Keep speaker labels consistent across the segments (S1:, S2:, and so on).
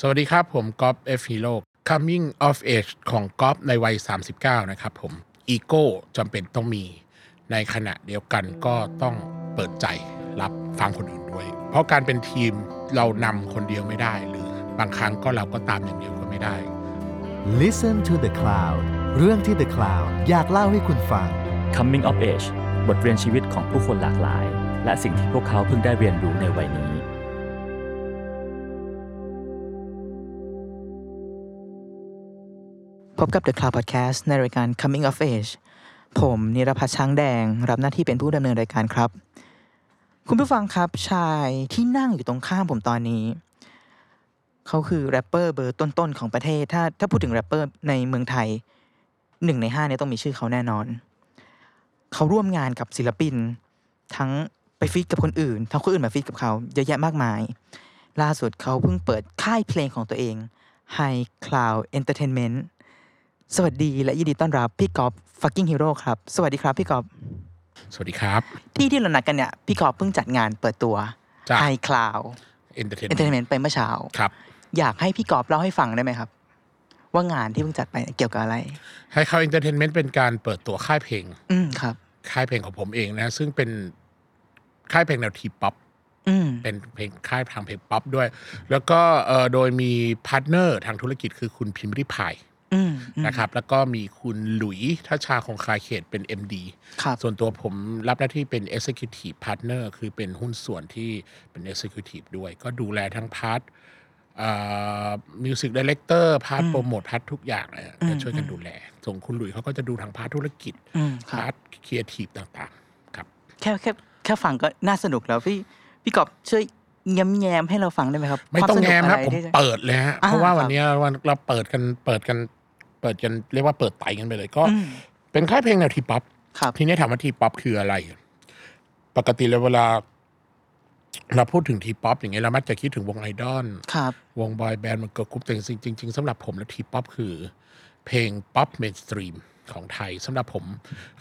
S1: สวัสดีครับผมก๊อฟเอฟฮีโร่ coming of age ของก๊อฟในวัย 39 นะครับผม อีโก้จำเป็นต้องมี ในขณะเดียวกันก็ต้องเปิดใจรับฟังคนอื่นด้วย เพราะการเป็นทีมเรานำคนเดียวไม่ได้ หรือบางครั้งก็เราก็ตามอย่างเดียวก็ไม่ได้
S2: Listen to the Cloud เรื่องที่ The Cloud อยากเล่าให้คุณฟัง
S3: Coming of Age บทเรียนชีวิตของผู้คนหลากหลาย และสิ่งที่พวกเขาเพิ่งได้เรียนรู้ในวัยนี้
S4: พบกับ The Cloud Podcast ในรายการ Coming of Age ผมนิรพัฒน์ช้างแดง รับหน้าที่เป็นผู้ดำเนินรายการครับ คุณผู้ฟังครับชายที่นั่งอยู่ตรงข้ามผมตอนนี้ เขาคือแรปเปอร์เบอร์ต้นๆ ของประเทศ ถ้าถ้าพูดถึงแรปเปอร์ในเมืองไทยหนึ่งในห้าเนี่ยต้องมีชื่อเขาแน่นอน เขาร่วมงานกับศิลปิน ทั้งไปฟีดกับคนอื่น ทั้งคนอื่นมาฟีดกับเขาเยอะแยะมากมาย ล่าสุดเขาเพิ่งเปิดค่ายเพลงของตัวเอง High Cloud Entertainment สวัสดีและยินดีต้อนรับพี่กอล์ฟฟักกิ้งฮีโร่ครับ สวัสดีครับพี่กอล์ฟ
S1: สวัสดีครับ
S4: ที่ที่เรานัดกันเนี่ย พี่กอล์ฟเพิ่งจัดงานเปิดตัว
S1: จ้ะ
S4: High Cloud
S1: entertainment
S4: Entertainment ไปเมื่อเช้า
S1: ครับ
S4: อยากให้พี่กอล์ฟเล่าให้ฟังได้ไหมครับ ว่างานที่เพิ่งจัดไปเนี่ยเกี่ยวกับอะไร
S1: ให้เขา entertainment เป็นการเปิดตัวค่ายเพลง
S4: อืมครับ
S1: ค่ายเพลงของผมเองนะ ซึ่งเป็นค่ายเพลงแนวทีป๊อป
S4: อืม
S1: เป็นเพลงค่ายทางเพลงป๊อปด้วย แล้วก็เอ่อโดยมีพาร์ทเนอร์ทางธุรกิจคือคุณพิมพ์ริพาย
S4: อืมอืม
S1: นะครับ แล้วก็มีคุณหลุยทัชชาของคายเขตเป็น MD
S4: ครับ
S1: ส่วนตัวผมรับหน้าที่เป็น Executive Partner คือเป็นหุ้นส่วนที่เป็น Executive ด้วย ก็ดูแลทั้งพาร์ทมิวสิกดีเลกเตอร์พาร์ทโปรโมทพาร์ททุกอย่างเลยอะจะช่วยกันดูแล ส่งคุณหลุยเขาก็จะดูทางพาร์ทธุรกิจ
S4: อืมครับ
S1: พาร์ทครีเอทีฟต่างๆครับ
S4: แค่แค่แค่ฟังก็น่าสนุกแล้วพี่พี่กอล์ฟช่วยแง้มแยมๆให้เราฟังได้ไหมครับ
S1: ไม่ต้องแง้มครับ
S4: วาส
S1: ผม
S4: นุกอะไที่จะ
S1: เปิดเลยฮะ
S4: อ่า
S1: เพราะว่า
S4: ครับ
S1: วันเนี้ยวันเราเปิดกันเปิดกันเปิดกันเรียกว่าเปิดไตกันไปเลย ก็
S4: อืม
S1: เป็นค่ายเพลงแนวทีป๊อป
S4: ครับ
S1: ทีนี้ถามว่าทีป๊อปคืออะไร ปกติแล้วเวลา เราพูดถึงทีป๊อปอย่างเงี้ยเรามักจะคิดถึงวงไอดอล
S4: ครับ
S1: วงบอยแบนด์มันเกิดกรุ๊ปแต่จริงๆจริงๆสำหรับผมแล้วทีป๊อปคือ เพลงป๊อปเมนสตรีมของไทยสำหรับผม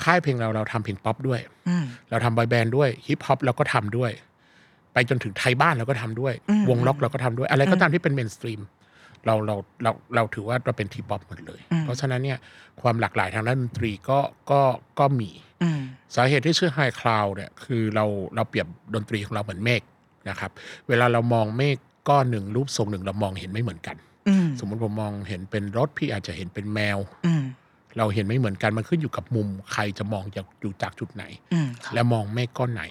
S1: ค่ายเพลงเราเราทำเพลงป๊อปด้วย
S4: อืม
S1: เราทำบอยแบนด์ด้วยฮิปฮอปเราก็ทำด้วย ไปจนถึงไทยบ้านเราก็ทำด้วย
S4: อืม
S1: วงล็อกเราก็ทำด้วย อะไรก็ตามที่เป็นเมนสตรีมเราเราเราเราถือว่าเราเป็นทีป๊อปหมดเลย เพราะฉะนั้นเนี่ยความหลากหลายทางด้านดนตรีก็ก็ก็มี
S4: อืม
S1: สาเหตุที่ชื่อ High Cloud เนี่ยคือเราเราเปรียบดนตรีของเราเหมือนเมฆนะครับ เวลาเรามองเมฆก้อนหนึ่งรูปทรงหนึ่งเรามองเห็นไม่เหมือนกัน
S4: อืม
S1: สมมติผมมองเห็นเป็นรถพี่อาจจะเห็นเป็นแมว
S4: อืม
S1: เราเห็นไม่เหมือนกันมันขึ้นอยู่กับมุมใครจะมองจากอยู่จากจุดไหน
S4: อืมครับ
S1: และมองเมฆก้อนไหน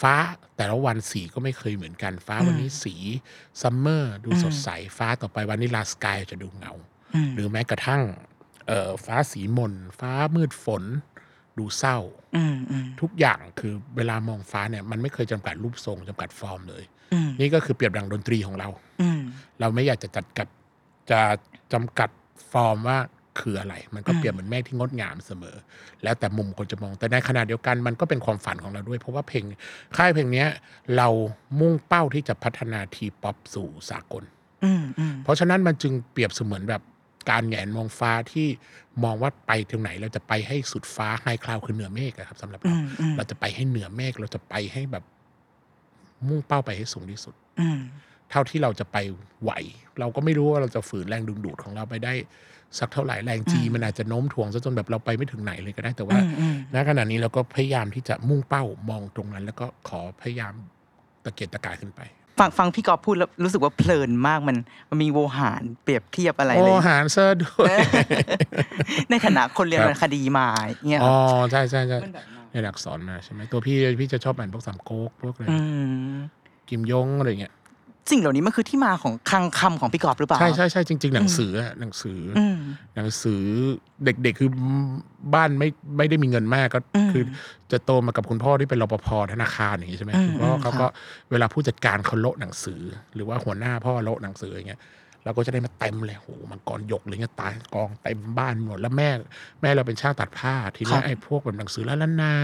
S1: ฟ้าแต่ละวันสีก็ไม่เคยเหมือนกัน ฟ้าวันนี้สีซัมเมอร์ดูสดใส ฟ้าต่อไปวันนี้ลาสกายจะดูเงา
S4: อืม
S1: หรือแม้กระทั่งเอ่อฟ้าสีหมนฟ้ามืดฝน ดูเศร้า
S4: อืมอืม
S1: ทุกอย่างคือเวลามองฟ้าเนี่ยมันไม่เคยจำกัดรูปทรงจำกัดฟอร์มเลย
S4: อืม
S1: นี่ก็คือเปรียบดังดนตรีของเรา
S4: อืม
S1: เราไม่อยากจะจัดกับจะจำกัดฟอร์มว่าคืออะไร มันก็เปรียบเหมือนแม่ที่งดงามเสมอ แล้วแต่มุมคนจะมองแต่ในขณะเดียวกันมันก็เป็นความฝันของเราด้วย เพราะว่าเพลงค่ายเพลงเนี้ยเรามุ่งเป้าที่จะพัฒนาทีป๊อปสู่สากล
S4: อืมอืม
S1: เพราะฉะนั้นมันจึงเปรียบเสมือนแบบการแหงนมองฟ้าที่มองว่าไปถึงไหนเราจะไปให้สุดฟ้าไฮคลาวคือเหนือเมฆอะครับสำหรับ
S4: อื
S1: เรา
S4: มอืม
S1: เราจะไปให้เหนือเมฆเราจะไปให้แบบมุ่งเป้าไปให้สูงที่สุด
S4: อืม
S1: เท่าที่เราจะไปไหว เราก็ไม่รู้ว่าเราจะฝืนแรงดึงดูดของเราไปได้ สักเท่าไหร่แรงจีมันอาจจะโน้มถ่วงซะจนแบบเราไปไม่ถึงไหนเลยก็ได้แต่ว่า
S4: อืม
S1: ณขณะนี้เราก็พยายามที่จะมุ่งเป้ามองตรงนั้น แล้วก็ขอพยายามตะเกียกตะกายขึ้นไป
S4: ฟังฟังพี่กอฟพูดแล้วรู้สึกว่าเพลินมากมันมันมีโวหารเปรียบเทียบอะไรเล
S1: โอ้
S4: ย
S1: หารเซอร์ด้วย
S4: ในฐานะคนเรียน
S1: ครับ
S4: วรรณคดีมาอย่างเงี้ยค
S1: อ๋
S4: รั
S1: อ บ ใช่ใช่ใช่
S4: มันแบบนั้น
S1: ในหลักสอนมาใช่ไหมตัวพี่พี่จะชอบอ่านพวกสามก๊กพวกอะไร
S4: อืม
S1: กิมยงอะไรอย่างเงี้ย
S4: สิ่งเหล่านี้มันคือที่มาของคลังคำของพี่กอฟหรือเปล่า
S1: ใช่ใช่ใช่จริง ๆ หนังสืออะหนังสืออ
S4: อืม
S1: หนังสือเด็กๆ คือบ้านไม่ไม่ได้มีเงินมากก็คือ จะโตมากับคุณพ่อที่เป็นรปภธนาคารอย่างนี้ใช่ไหม
S4: อืม
S1: คุณพ่อเขา
S4: ครับ
S1: ก็เวลาผู้จัดการเขาโละหนังสือ หรือว่าหัวหน้าพ่อโละหนังสืออย่างเงี้ยเราก็จะได้มาเต็มเลยโหมังกรหยกอะไรเงี้ยตายกองเต็มบ้านหมดแล้วแม่ แม่เราเป็นช่างตัดผ้า ทีนี้ไอ้พวกแบบหนังสือละละนา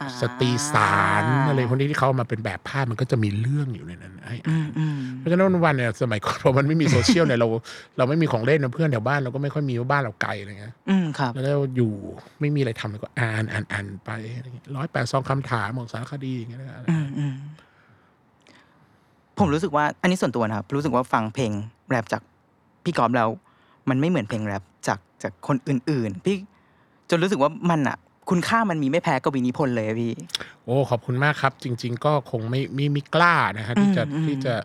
S4: อ่า
S1: สตรีสารอะไรพวกนี้ที่เขาเอามาเป็นแบบภาพมันก็จะมีเรื่องอยู่ในนั้นให้
S4: อื
S1: อ่าน
S4: มอืม
S1: เพราะฉะนั้นวันๆเนี่ยสมัยก่อน พอมันไม่มีโซเชียลเนี่ยเราเราไม่มีของเล่นนะเพื่อนแถวบ้านเราก็ไม่ค่อยมีว่าบ้านเราไกลอะไรเงี้ย
S4: อืมครับ
S1: แล้วเราอยู่ไม่มีอะไรทำเราก็อ่านอ่านอ่านไปร้อยแปดสองคำถามของสารคดีอย่างเงี้ยนะ
S4: อืมอืม ผมรู้สึกว่าอันนี้ส่วนตัวนะครับ รู้สึกว่าฟังเพลงแรปจากพี่กอฟแล้ว มันไม่เหมือนเพลงแรปจากจากคนอื่น ๆ พี่จนรู้สึกว่ามันอะคุณค่ามันมีไม่แพ้กบวินิพนธ์เลยอะพี่
S1: โอ้ขอบคุณมากครับ จริง ๆ ก็คงไม่ไม่ไม่กล้านะฮะที่จะ
S4: อืมอืม
S1: ที่จะ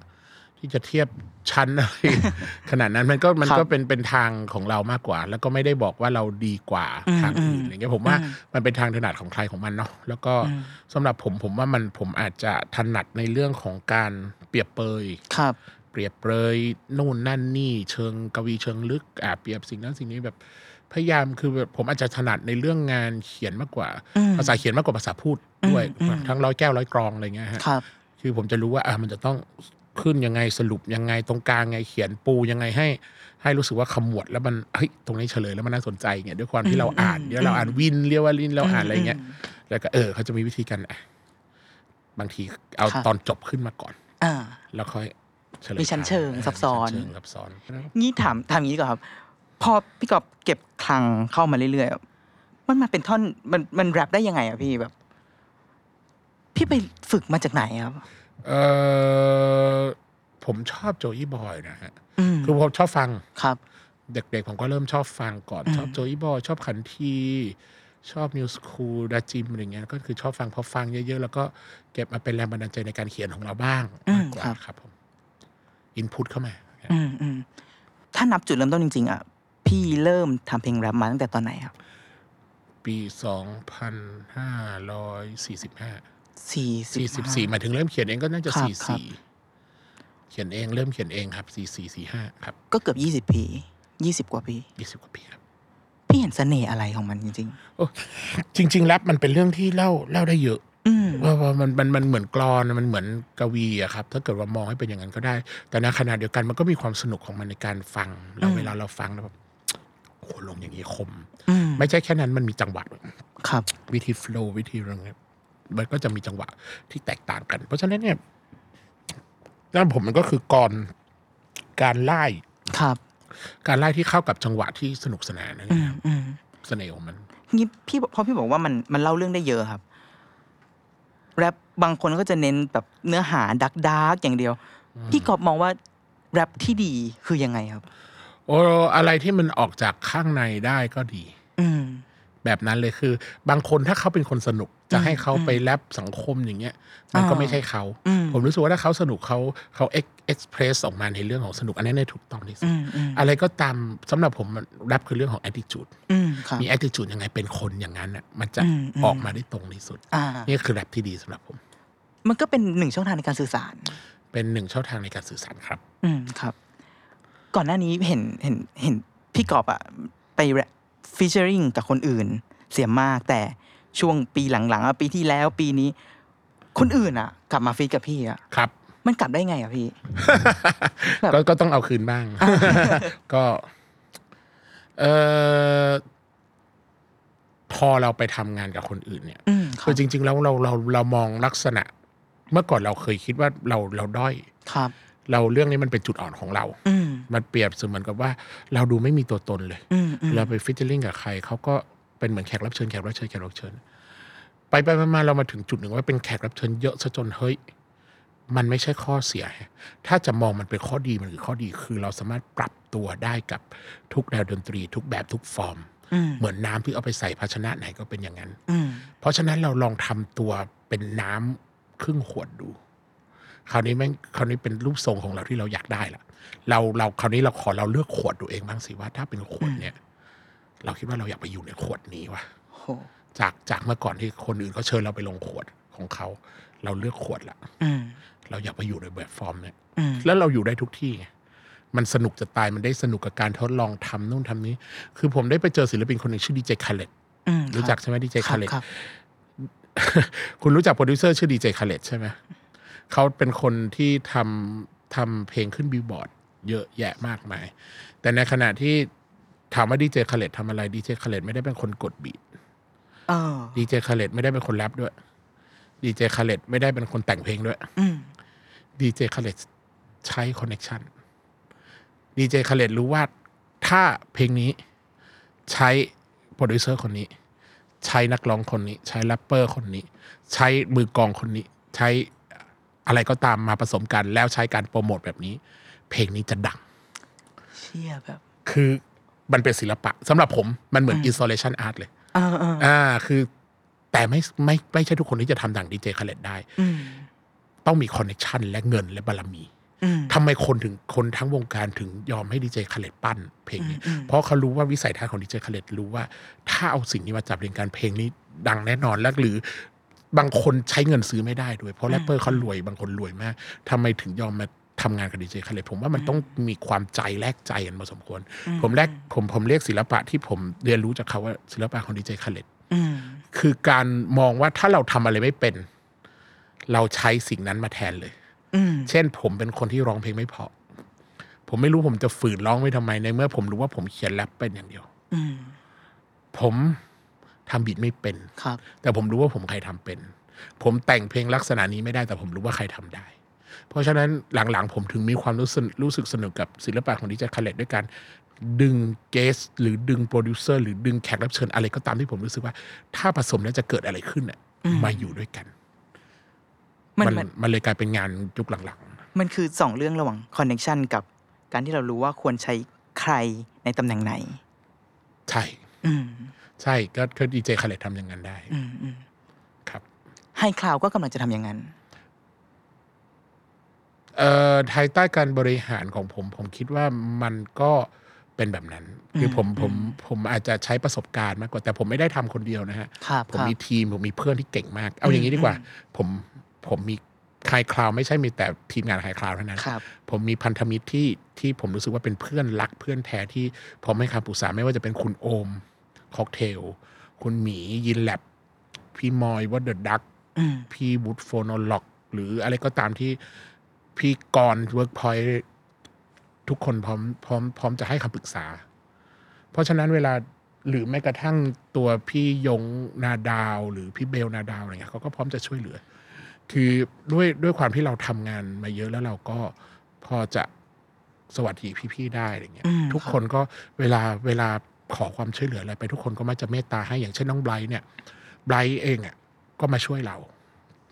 S1: ที่จะเทียบชั้นอะไร ขนาดนั้นมันก็มัน
S4: ครับ
S1: ก็เป็นเป็นทางของเรามากกว่า แล้วก็ไม่ได้บอกว่าเราดีกว่า
S4: อืม
S1: ทาง
S4: อืม
S1: อื่นอะไรเงี้ยผมว่า
S4: อืม
S1: มันเป็นทางถนัดของใครของมันเนาะแล้วก็
S4: อืม
S1: สำหรับผมผมว่ามันผมอาจจะถนัดในเรื่องของการเปรียบเปย
S4: ครับ
S1: เปรียบเปรยนู่นนั่นนี่เชิงกวีเชิงลึกอ่ะเปรียบสิ่งนั้นสิ่งนี้แบบพยายามคือแบบผมอาจจะถนัดในเรื่องงานเขียนมากกว่า
S4: อืม
S1: ภาษาเขียนมากกว่าภาษาพูดด้วย
S4: อืมอืม
S1: ทั้งร้อยแก้วร้อยกรองอะไรเงี้ยฮะ
S4: ครับ
S1: คือผมจะรู้ว่าอ่ะมันจะต้องขึ้นยังไงสรุปยังไงตรงกลางไงเขียนปูยังไงให้ ให้รู้สึกว่าขมวดแล้วมันเฮ้ยตรงนี้เฉลยแล้วมันน่าสนใจเงี้ยด้วยความที่เราอ่าน
S4: อืม
S1: เดี๋ยวเราอ่านวินเรียกว่าลินเราอ่านอะไรเงี้ย
S4: อืม
S1: แล้วก็เออเขาจะมีวิธีการอ่ะบางทีเอา
S4: ครับ
S1: ตอนจบขึ้นมาก่อน
S4: อ่า
S1: แล้วค่อยเฉลย
S4: มีชั้นเชิง
S1: ทา
S4: ซับซ้อน
S1: มีชั้เชิงซับซ้อน
S4: งี้ถามถามงี้ดีกว่อนครับ พอพี่กอบเก็บคลังเข้ามาเรื่อยๆอะมันมาเป็นท่อนมันมันแรปได้ยังไงอะพี่แบบ พี่ไปฝึกมาจากไหนอะครับ
S1: เออผมชอบโจอี้บอยนะฮะ
S4: อืม
S1: คือผมชอบฟัง
S4: ครับ
S1: เด็กๆ ผมก็เริ่มชอบฟังก่อน ชอบโจอี้บอย ชอบขันที ชอบนิวสคูลดาจิมอะไรเงี้ย ก็คือชอบฟังพอฟังเยอะๆ แล้วก็เก็บมาเป็นแรงบันดาลใจในการเขียนของเราบ้าง
S4: อืม
S1: มากกว่า
S4: ครับ
S1: ครับผม อินพุตเข้ามา
S4: อืมอืมถ้านับจุดเริ่มต้นจริง ๆอะพี่เริ่มทำเพลงแรปมาตั้งแต่ตอนไหนครับ
S1: ปี 2545
S4: สี่
S1: สี่
S4: สิ
S1: สิบบ สี่
S4: สี่
S1: หมายถึงเริ่มเขียนเองก็น่าจะ
S4: ครับ
S1: สี่
S4: ครับ
S1: สี่เขียนเองเริ่มเขียนเองครับสี่สี่สี่ห้าครับ
S4: ก็เกือบยี่สิบปียี่สิบกว่าปี
S1: ยี่สิบกว่าปีครับ
S4: พี่เห็นเสน่ห์อะไรของมันจริง
S1: โอ้จริง ๆ แล้วมันเป็นเรื่องที่เล่าเล่าได้เยอะ
S4: ๆ อืม
S1: ว่าว่ามันมันมันเหมือนกรอนมันเหมือนกวีอะครับ ถ้าเกิดว่ามองให้เป็นอย่างนั้นก็ได้ แต่ในขณะเดียวกันมันก็มีความสนุกของมันในการฟังแล้
S4: อื
S1: ว
S4: ม
S1: เวลาเราฟังแล้วแบบโอ้โหลงอย่างนี้คม
S4: อืม
S1: ไม่ใช่แค่นั้นมันมีจังหวะ
S4: ครับ
S1: วิธีฟล w วิธีอะไรเงี้ยมันก็จะมีจังหวะที่แตกต่างกัน เพราะฉะนั้นเนี่ยด้านผมมันก็คือกรการไล่
S4: ครับ
S1: การไล่ที่เข้ากับจังหวะที่สนุกสนานนะ
S4: อื
S1: ค
S4: ม
S1: รับ
S4: อืม
S1: เสน่ห์ของมัน
S4: งี้พี่บอกพอพี่บอกว่ามันมันเล่าเรื่องได้เยอะครับ แรปบางคนก็จะเน้นแบบเนื้อหาดักดาร์กอย่างเดียว พี่กอบมองว่าแรปที่ดีคือยังไงครับ
S1: โอ้อะไรที่มันออกจากข้างในได้ก็ดี
S4: อืม
S1: แบบนั้นเลยคือ บางคนถ้าเขาเป็นคนสนุก จะให้เขาไปแรปสังคมอย่างเงี้ย มันก็
S4: อ่า
S1: ไม่ใช่เขา
S4: อืม
S1: ผมรู้สึกว่าถ้าเขาสนุกเขาเขาเอ็กซ์เพรสออกมาในเรื่องของสนุก อันนั้นเนยถูกต้องที่สุด
S4: อืมอืม
S1: อะไรก็ตามสำหรับผมมันแรปคือเรื่องของ attitude
S4: อืมครับ
S1: มี attitude ยังไงเป็นคนอย่างนั้นน่ะมันจะ
S4: อืมอืม
S1: ออกมาได้ตรงที่สุด
S4: อ่า
S1: นี่คือแรปที่ดีสำหรับผม
S4: มันก็เป็นหนึ่งช่องทางในการสื่อสาร
S1: เป็นหนึ่งช่องทางในการสื่อสารครับ
S4: อืมครับ ก่อนหน้านี้เห็นเห็นเห็นพี่กอบอะไปฟิชเชอริงกับคนอื่น เสียมาก แต่ช่วงปีหลังๆอะปีที่แล้วปีนี้ คนอื่นอะกลับมาฟีดกับพี่อะ
S1: ครับ
S4: มันกลับได้ไงอะพี่ แบบ
S1: ก็ก็ต้องเอาคืนบ้าง ก็เออพอเราไปทำงานกับคนอื่นเนี่ย
S4: อืมครั
S1: คื
S4: บ
S1: อจริง ๆ แล้วเราเราเรามองลักษณะ เมื่อก่อนเราเคยคิดว่าเราเราด้อย
S4: ครับ
S1: เราเรื่องนี้มันเป็นจุดอ่อนของเรา
S4: อืม
S1: มันเปรียบเสมือนกับว่า เราดูไม่มีตัวตนเลย
S4: อืมอืม
S1: เราไปฟิชเชอร์ลิงกับใครเขาก็เป็นเหมือนแขกรับเชิญแขกรับเชิญแขกรับเชิญ ไปไปมามาเรามาถึงจุดหนึ่งว่าเป็นแขกรับเชิญเยอะซะจนเฮ้ยมันไม่ใช่ข้อเสีย ถ้าจะมองมันเป็นข้อดีมันคือข้อดีคือเราสามารถปรับตัวได้กับทุกแนวดนตรี ทุกแบบทุกฟอร์ม
S4: อืม
S1: เหมือนน้ำที่เอาไปใส่ภาชนะไหนก็เป็นอย่างนั้น
S4: อืม
S1: เพราะฉะนั้นเราลองทำตัวเป็นน้ำครึ่งขวดดู คราวนี้แม่งคราวนี้เป็นรูปทรงของเราที่เราอยากได้ละเราเราคราวนี้เราขอเราเลือกขวดดูเองบ้างสิว่าถ้าเป็นขวดเนี่ย เราคิดว่าเราอยากไปอยู่ในขวดนี้วะ
S4: โห
S1: จากจากเมื่อก่อนที่คนอื่นเขาเชิญเราไปลงขวดของเขา เราเลือกขวดละ
S4: อืม
S1: เราอยากไปอยู่ในแบบฟอร์มเนี่ย
S4: อืม
S1: แล้วเราอยู่ได้ทุกที่ไงมันสนุกจะตายมันได้สนุกกับการทดลองทำนู่นทำนี้ คือผมได้ไปเจอศิลปินคนหนึ่งชื่อดีเจคาเลต
S4: อืม
S1: รู้จักใช่ไหมดีเจ
S4: ค
S1: คา
S4: รับ
S1: เลต
S4: ครับ
S1: คุณรู้จักโปรดิวเซอร์ชื่อดีเจคาเลตใช่ไหม เขาเป็นคนที่ทำทำเพลงขึ้นบิลบอร์ดเยอะแยะมากมาย แต่ในขณะที่ถามว่าดีเจคาเลตทำอะไรดีเจคาเลตไม่ได้เป็นคนกดบีท
S4: เออ
S1: ดีเจคาเลตไม่ได้เป็นคนแรปด้วยดีเจคาเลตไม่ได้เป็นคนแต่งเพลงด้วย
S4: อืม
S1: ดีเจคาเลตใช้คอนเน็ชันดีเจคาเลตรู้ว่าถ้าเพลงนี้ใช้โปรดิวเซอร์คนนี้ ใช้นักร้องคนนี้ ใช้แรปเปอร์คนนี้ ใช้มือกลองคนนี้ ใช้ อะไรก็ตามมาผสมกันแล้วใช้การโปรโมทแบบนี้ เพลงนี้จะดัง
S4: เชี่ยแบบ
S1: คือมันเป็นศิลปะสำหรับผมมันเหมือน installation art เลย
S4: เออเออ
S1: อ่าคือแต่ไม่ไม่ไม่ใช่ทุกคนที่จะทำดังดีเจคาเลตได้
S4: อืม
S1: ต้องมีคอนเน t ชันและเงินและบารมี
S4: อืม
S1: ทำไมคนถึงคนทั้งวงการถึงยอมให้ดีเจคาเลตปั้นเพลงนี้
S4: อืมอืม
S1: เพราะเขารู้ว่าวิสัยทัศน์ของดีเจคาเลตรู้ว่า ถ้าเอาสิ่งนี้มาจับเรียนการเพลงนี้ดังแน่นอนแล้วหรือบางคนใช้เงินซื้อไม่ได้ด้วย เพราะแรปเปอร์เขารวยบางคนรวยมากทำไมถึงยอมมาทำงานกับดีเจคาเลตผมว่ามันต้องมีความใจแลกใจกันมาสมควร ผมแลกผมผมเรียกศิลปะที่ผมเรียนรู้จากเขาว่าศิลปะของดีเจคาเลต
S4: อืม
S1: คือการมองว่าถ้าเราทำอะไรไม่เป็น เราใช้สิ่งนั้นมาแทนเลย
S4: อืม
S1: เช่น ผมเป็นคนที่ร้องเพลงไม่เพราะ ผมไม่รู้ผมจะฝืนร้องไว้ทำไมในเมื่อ ผมรู้ว่าผมเขียนแรปเป็นอย่างเดียว
S4: อืม
S1: ผมทำบิดไม่เป็น
S4: ครับ
S1: แต่ผมรู้ว่าผมใครทำเป็น ผมแต่งเพลงลักษณะนี้ไม่ได้แต่ผมรู้ว่าใครทำได้ เพราะฉะนั้นหลังๆ ผมถึงมีความรู้สึกรู้สึกสนุกกับศิลปะของดิจิทัลคาเลตด้วยการดึงเกส หรือดึงโปรดิวเซอร์หรือดึงแขกรับเชิญอะไรก็ตามที่ผมรู้สึกว่า ถ้าผสมแล้วจะเกิดอะไรขึ้นน่ะมาอยู่ด้วยกัน
S4: มั
S1: มัน น
S4: มัน
S1: มันเลยกลายเป็นงานยุคหลัง
S4: มันคือสองเรื่องระหว่างคอนเน t ชันกับการที่เรารู้ว่าควรใช้ใครในตำแหน่งไหน
S1: ๆ ใช่
S4: อืม
S1: ใช่ก็ก็ดีเจคาเลตทำอย่างนั้นได้
S4: อืมอืม
S1: ครับ
S4: ไฮคลาวก็กำลังจะทำอย่างนั้น
S1: เอ่อภายใต้การบริหารของผม ผมคิดว่ามันก็เป็นแบบนั้น คือผมผมผมอาจจะใช้ประสบการณ์มากกว่าแต่ผมไม่ได้ทำคนเดียวนะฮะ
S4: ครับ
S1: ผม
S4: ครับ
S1: มีทีม ผมมีเพื่อนที่เก่งมาก เอาอย่างนี้ดีกว่า ผมผมมีคายคลาวไม่ใช่มีแต่ทีมงานคายคลาวเท่านั้น
S4: ครับ
S1: ผมมีพันธมิตรที่ที่ผมรู้สึกว่าเป็นเพื่อนรักเพื่อนแท้ที่ผมให้คำปรึกษาไม่ว่าจะเป็นคุณโอมค็อกเทล คุณหมียินแลบพี่มอยวัดเดอะดัก
S4: อืม
S1: พี่บุตโฟนอล็อก หรืออะไรก็ตามที่พี่กรเวิร์กพอยทุกคนพร้อมพร้อมพร้อมจะให้คำปรึกษา เพราะฉะนั้นเวลาหรือแม้กระทั่งตัวพี่ยงนาดาว หรือพี่เบลนาดาวอะไรเงี้ยเขาก็พร้อมจะช่วยเหลือ คือด้วยด้วยความที่เราทำงานมาเยอะแล้วเราก็พอจะสวัสดีพี่ๆได้อะไรเงี้ย
S4: อืม
S1: ทุก
S4: ครับ
S1: คนก็เวลาเวลาขอความช่วยเหลืออะไรไปทุกคนก็มักจะเมตตาให้อย่างเช่นน้องไบรท์เนี่ยไบรท์เองอ่ะก็มาช่วยเรา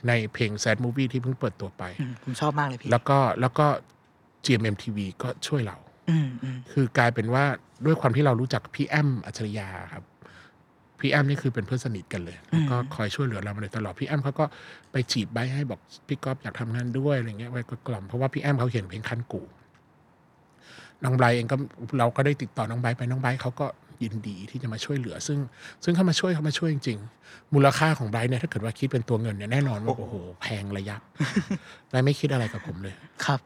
S1: ในเพลง Sad Movie ที่เพิ่งเปิดตัวไป
S4: อืมผมชอบมากเลยพี่
S1: แล้วก็แล้วก็ GMMTV ก็ช่วยเรา
S4: อืมอืม
S1: คือกลายเป็นว่าด้วยความที่เรารู้จักพี่แอมอัจฉริยาครับ พี่แอมนี่คือเป็นเพื่อนสนิทกันเลย แล้วก็คอยช่วยเหลือเรามาโดยตลอด พี่แอมเขาก็ไปจีบใบให้บอกพี่ก๊อฟอยากทำงานด้วยอะไรเงี้ยไว้ก็กล่อมเพราะว่าพี่แอมเขาเขียนเพลงคันกู น้องไบร์ทเองก็เราก็ได้ติดต่อน้องไบร์ทไปน้องไบร์ทเขาก็ยินดีที่จะมาช่วยเหลือ ซึ่ง ซึ่งเขามาช่วยเขามาช่วยจริงๆ มูลค่าของไบร์ทเนี่ยถ้าเกิดว่าคิดเป็นตัวเงินเนี่ยแน่นอนว่าโอ้โหแพงระยับ ไบร์ทไม่คิดอะไรกับผมเลย
S4: ครับ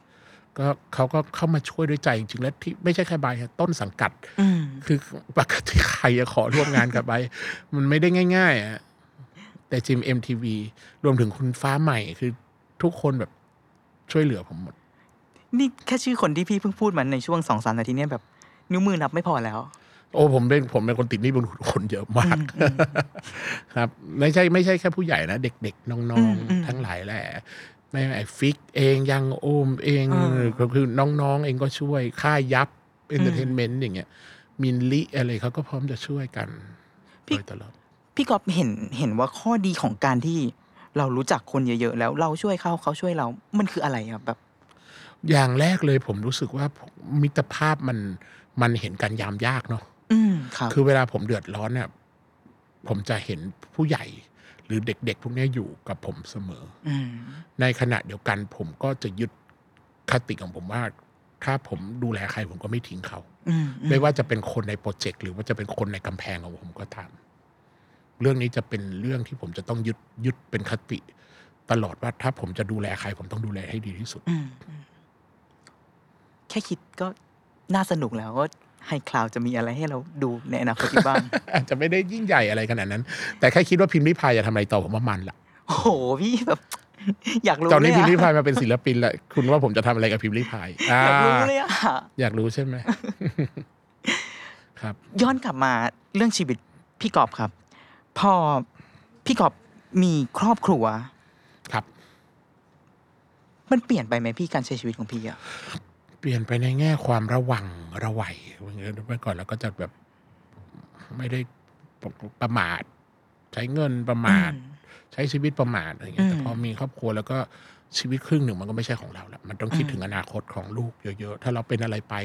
S1: ก็เขาก็เข้ามาช่วยด้วยใจจริงๆ และที่ไม่ใช่แค่ใบายครับต้นสังกัด
S4: อืม
S1: คือปกติใครจะขอร่วมงานกับใบ มันไม่ได้ง่ายๆอะแต่จิม MTV รวมถึงคุณฟ้าใหม่คือทุกคนแบบช่วยเหลือผมหมด
S4: นี่แค่ชื่อคนที่พี่เพิ่งพูดมาในช่วงสองสามนาทีเนี่ยแบบ นิ้วมือนับไม่พอแล้ว
S1: โอ้ผมเป็นผมเป็นคนติดหนี้บุญคุณคนเยอะมาก ครับ ไม่ใช่ไม่ใช่แค่ผู้ใหญ่นะ เด็กๆ น้องๆ ทั้งหลายแหละไม่ไอฟิกเองยังโอมเอง
S4: อ่า
S1: ก็คือน้องๆ เองก็ช่วยค่ายับเอนเตอร์เทนเมนต์อย่างเงี้ยมินลิอะไรเขาก็พร้อมจะช่วยกันโดยตลอด
S4: พี่กอบเห็นเห็นว่าข้อดีของการที่เรารู้จักคนเยอะๆ แล้วเราช่วยเขาเขาช่วยเรา มันคืออะไรครับแบบ
S1: อย่างแรกเลยผมรู้สึกว่ามิตรภาพมันมันเห็นกันยามยากเนาะ
S4: อืมครับ
S1: คือเวลาผมเดือดร้อนเนี่ยผมจะเห็นผู้ใหญ่ หรือเด็กๆ พวกเนี้ยอยู่กับผมเสมอ
S4: อืม
S1: ในขณะเดียวกันผมก็จะยึดคติของผมว่า ถ้าผมดูแลใครผมก็ไม่ทิ้งเขา
S4: อืมอืม
S1: ไม่ว่าจะเป็นคนในโปรเจกต์หรือว่าจะเป็นคนในกำแพงของผมก็ตาม เรื่องนี้จะเป็นเรื่องที่ผมจะต้องยึดยึดเป็นคติ ตลอดว่าถ้าผมจะดูแลใคร ผมต้องดูแลให้ดีที่สุด
S4: อืมอืมแค่คิดก็น่าสนุกแล้วว่าไฮคลาวจะมีอะไรให้เราดูในอนาคตอีกบ้าง
S1: อาจจะไม่ได้ยิ่งใหญ่อะไรขนาดนั้น แต่แค่คิดว่าพิมพ์ริพายจะทำอะไรต่อผมว่ามันละ
S4: โอ้โหพี่แบบ อยากรู้
S1: ตอนนี้
S4: เลย
S1: พิม
S4: อะ
S1: พ์ริพายมาเป็นศิลปินละคุณว่าผมจะทำอะไรกับพิมพ์ริพายอ่า
S4: อยากรู้เลยอะ
S1: อยากรู้ใช่ไหม ครับ
S4: ย้อนกลับมาเรื่องชีวิตพี่กอบครับ พอพี่กอบมีครอบครัว
S1: ครับ
S4: มันเปลี่ยนไปไหมพี่การใช้ชีวิตของพี่อะ
S1: เปลี่ยนไปในแง่ความระวังระวัยเมื่อก่อนเราก็จะแบบไม่ได้ประมาท ใช้เงินประมาท
S4: อืม
S1: ใช้ชีวิตประมาทอะไรเงี้ยแต่
S4: อืม
S1: พอมีครอบครัวแล้วก็ ชีวิตครึ่งหนึ่งมันก็ไม่ใช่ของเราแล้วมันต้องคิดถึงอนาคตของลูกเยอะๆ ถ้าเราเป็นอะไรไป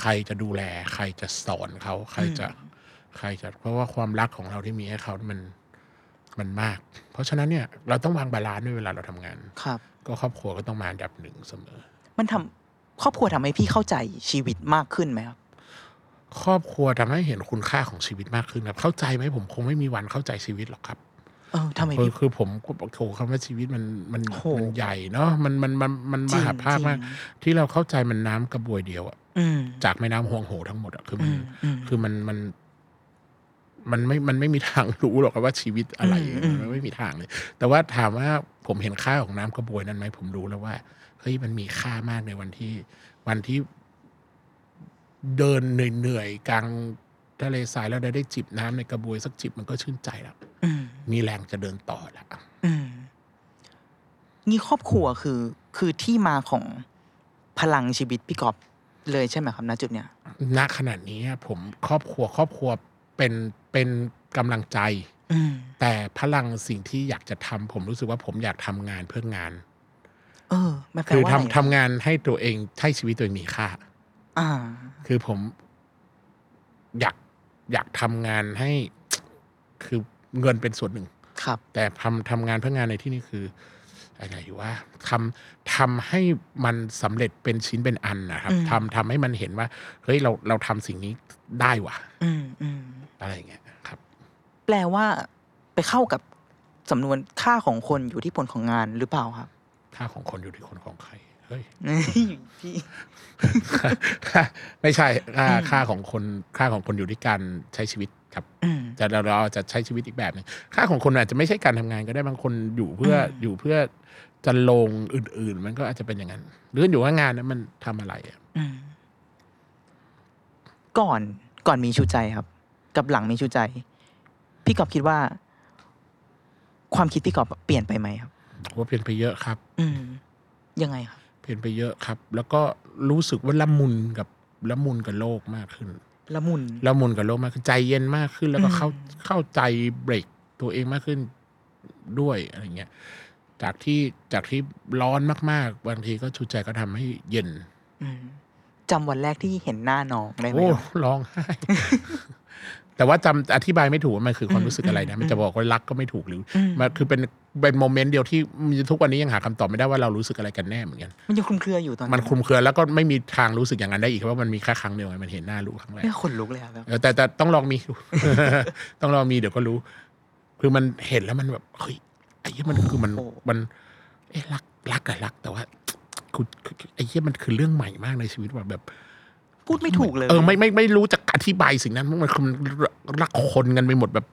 S1: ใครจะดูแล ใครจะสอนเขา ใครจะ ใครจะ เพราะว่าความรักของเราที่มีให้เขา มัน มันมาก เพราะฉะนั้นเนี่ย เราต้องวางบาลานซ์ด้วยเวลาเราทำงาน
S4: ครับ
S1: ก็ครอบครัวก็ต้องมาอันดับหนึ่งเสมอ
S4: มันทำครอบครัวทำให้พี่เข้าใจชีวิตมากขึ้นไหมครับ
S1: ครอบครัวทำให้เห็นคุณค่าของชีวิตมากขึ้นครับ เข้าใจไหมผมคงไม่มีวันเข้าใจชีวิตหรอกครับ
S4: เออทำไม
S1: คือ
S4: พี่
S1: คือผมก็บอกโถคำว่าชีวิตมันมัน
S4: โห
S1: มันใหญ่เนาะมันมันมันมัน
S4: จ
S1: ม
S4: ริง
S1: หาภาพมาก
S4: จริง
S1: ที่เราเข้าใจมันน้ำกระบวยเดียวอะ
S4: อืม
S1: จากแม่น้ำฮวงโหทั้งหมดอะคือมัน
S4: อืมอืม
S1: คือมันมัน มันไม่มันไม่มีทางรู้หรอกครับว่าชีวิตอะไร
S4: อืมอืม
S1: มันไม่มีทางเลย แต่ว่าถามว่าผมเห็นค่าของน้ำกระบวยนั้นไหมผมรู้แล้วว่าเฮ้ยมันมีค่ามากในวันที่ วันที่ เดินเหนื่อยๆกลางทะเลทรายแล้วได้ได้จิบน้ำในกระบวยสักจิบมันก็ชื่นใจแล้ว
S4: อืม
S1: มีแรงจะเดินต่อแล้ว
S4: อืมนี่ครอบครัวคือ คือที่มาของพลังชีวิตพี่กอบเลยใช่ไหมครับณจุดเนี้ย
S1: ณขณะนี้ผมครอบครัวครอบครัวเป็นเป็นกำลังใจ
S4: อืม
S1: แต่พลังสิ่งที่อยากจะทำผมรู้สึกว่าผมอยากทำงานเพื่องาน
S4: เออมันแปล
S1: คือ
S4: ว่า
S1: ทำ
S4: อะไร
S1: ทำงานให้ตัวเองให้ชีวิตตัวเองมีค่า
S4: อ่า
S1: คือผมอยากอยากทำงานให้ คือเงินเป็นส่วนหนึ่ง
S4: ครับ
S1: แต่ทำทำงานเพื่องานในที่นี้คืออะไรว่าทำทำให้มันสำเร็จเป็นชิ้นเป็นอันนะครับ
S4: อืม
S1: ทำทำให้มันเห็นว่าเฮ้ยเราเราทำสิ่งนี้ได้ว่ะ
S4: อืมอืม
S1: อะไรอย่างเงี้ยครับ
S4: แปลว่า ไปเข้ากับสำนวนค่าของคนอยู่ที่ผลของงานหรือเปล่าครับ
S1: ค่าของคนอยู่ที่คนของใคร เฮ้ย
S4: พี่
S1: ไม่ใช่ค่า
S4: อืม
S1: ค่าของคนค่าของคนอยู่ที่การใช้ชีวิตครับ
S4: อืม
S1: แต่เราเราจะใช้ชีวิตอีกแบบหนึ่งค่าของคนอาจจะไม่ใช่การทำงานก็ได้บางคนอยู่เพื่อ
S4: อืม
S1: อยู่เพื่อจะลงอื่น ๆ มันก็อาจจะเป็นอย่างนั้นหรืออยู่ว่างานนั้นมันทำอะไรอะ
S4: อืมก่อนก่อนมีชูใจครับ กับหลังมีชูใจ พี่กอบคิดว่า ความคิดพี่กอบเปลี่ยนไปไหมครับ
S1: ผมว่าเปลี่ยนไปเยอะครับ
S4: อืม ยังไงครับ
S1: เปลี่ยนไปเยอะครับ แล้วก็รู้สึกว่าละมุนกับละมุนกับโลกมากขึ้น
S4: ละมุน
S1: ละมุนกับโลกมากขึ้นใจเย็นมากขึ้น แล้วก็
S4: อืม
S1: เข้าเข้าใจเบรกตัวเองมากขึ้นด้วยอะไรเงี้ยจากที่จากที่ร้อนมากๆ บางทีก็ชูใจก็ทำให้เย็น
S4: อืมจำวันแรกที่เห็นหน้าน้องได้ไหม
S1: โอ้
S4: ครับ
S1: ร้องไห้ แต่ว่าจำอธิบายไม่ถูกว่ามันคือความรู้สึกอะไร
S4: อื
S1: นะ
S4: ม
S1: มันจะบอกว่ารักก็ไม่ถูกหรืออ
S4: ม
S1: มันคือเป็นเป็นโมเมนต์เดียวที่ทุกวันนี้ยังหาคำตอบไม่ได้ว่าเรารู้สึกอะไรกันแน่เหมือนกัน
S4: มันยังคลุมเครืออยู่ตอน
S1: มันคลุมเครือแล้วก็ไม่มีทางรู้สึกอย่างนั้นได้อีกเพราะว่ามันมีแค่ครั้งเดียวไงมันเห็นหน้ารู้ครั้งแรก
S4: เนี่ยขนลุกเลยครับแบบ
S1: เออแต่แต่ต้องลองมีดู ต้องลองมีเดี๋ยวก็รู้ คือมันเห็นแล้วมันแบบเฮ้ยไอ้เหี้ยมันคือมันมัน เอ๊ะรักรักอะรัก แต่ว่าคุณคือไอ้เหี้ยมันคือเรื่องใหม่มากในชีวิตว่าแบบ
S4: พูดไม่ถูกเลย
S1: เออไม่ไม่ไม่รู้จะอธิบายสิ่งนั้นมันคือมันรักคนกันไปหมดแบบ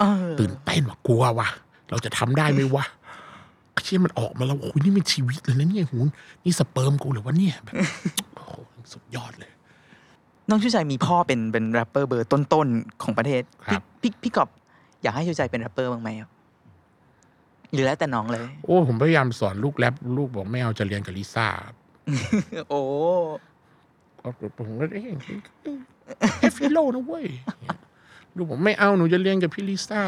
S4: เออ
S1: ตื่นเต้นว่ะกลัวว่ะเราจะทำได้ไหมวะไอ้เชี่ยมันออกมาแล้วโอ้โหนี่มันชีวิตเลยนะเนี่ยหูนี่สเปิร์มกูเหรือวะเนี่ยแบบ โอ้โหสุดยอดเลย
S4: น้องชูใจมีพ่อเป็นเป็นแรปเปอร์เบอร์ต้นๆของประเทศ
S1: ครับ
S4: พี่พี่พี่กอบอยากให้ชูใจเป็นแรปเปอร์บ้างไหมครับหรือแล้วแต่น้องเลย
S1: โอ้ผมพยายามสอนลูกแรปลูกบอกไม่เอาจะเรียนกับลิซ่า
S4: โอ้
S1: ก็ผมก็เองเอฟฟิโลนะเว้ยลูกผมไม่เอาหนูจะเรียนกับพี่ลิซ่า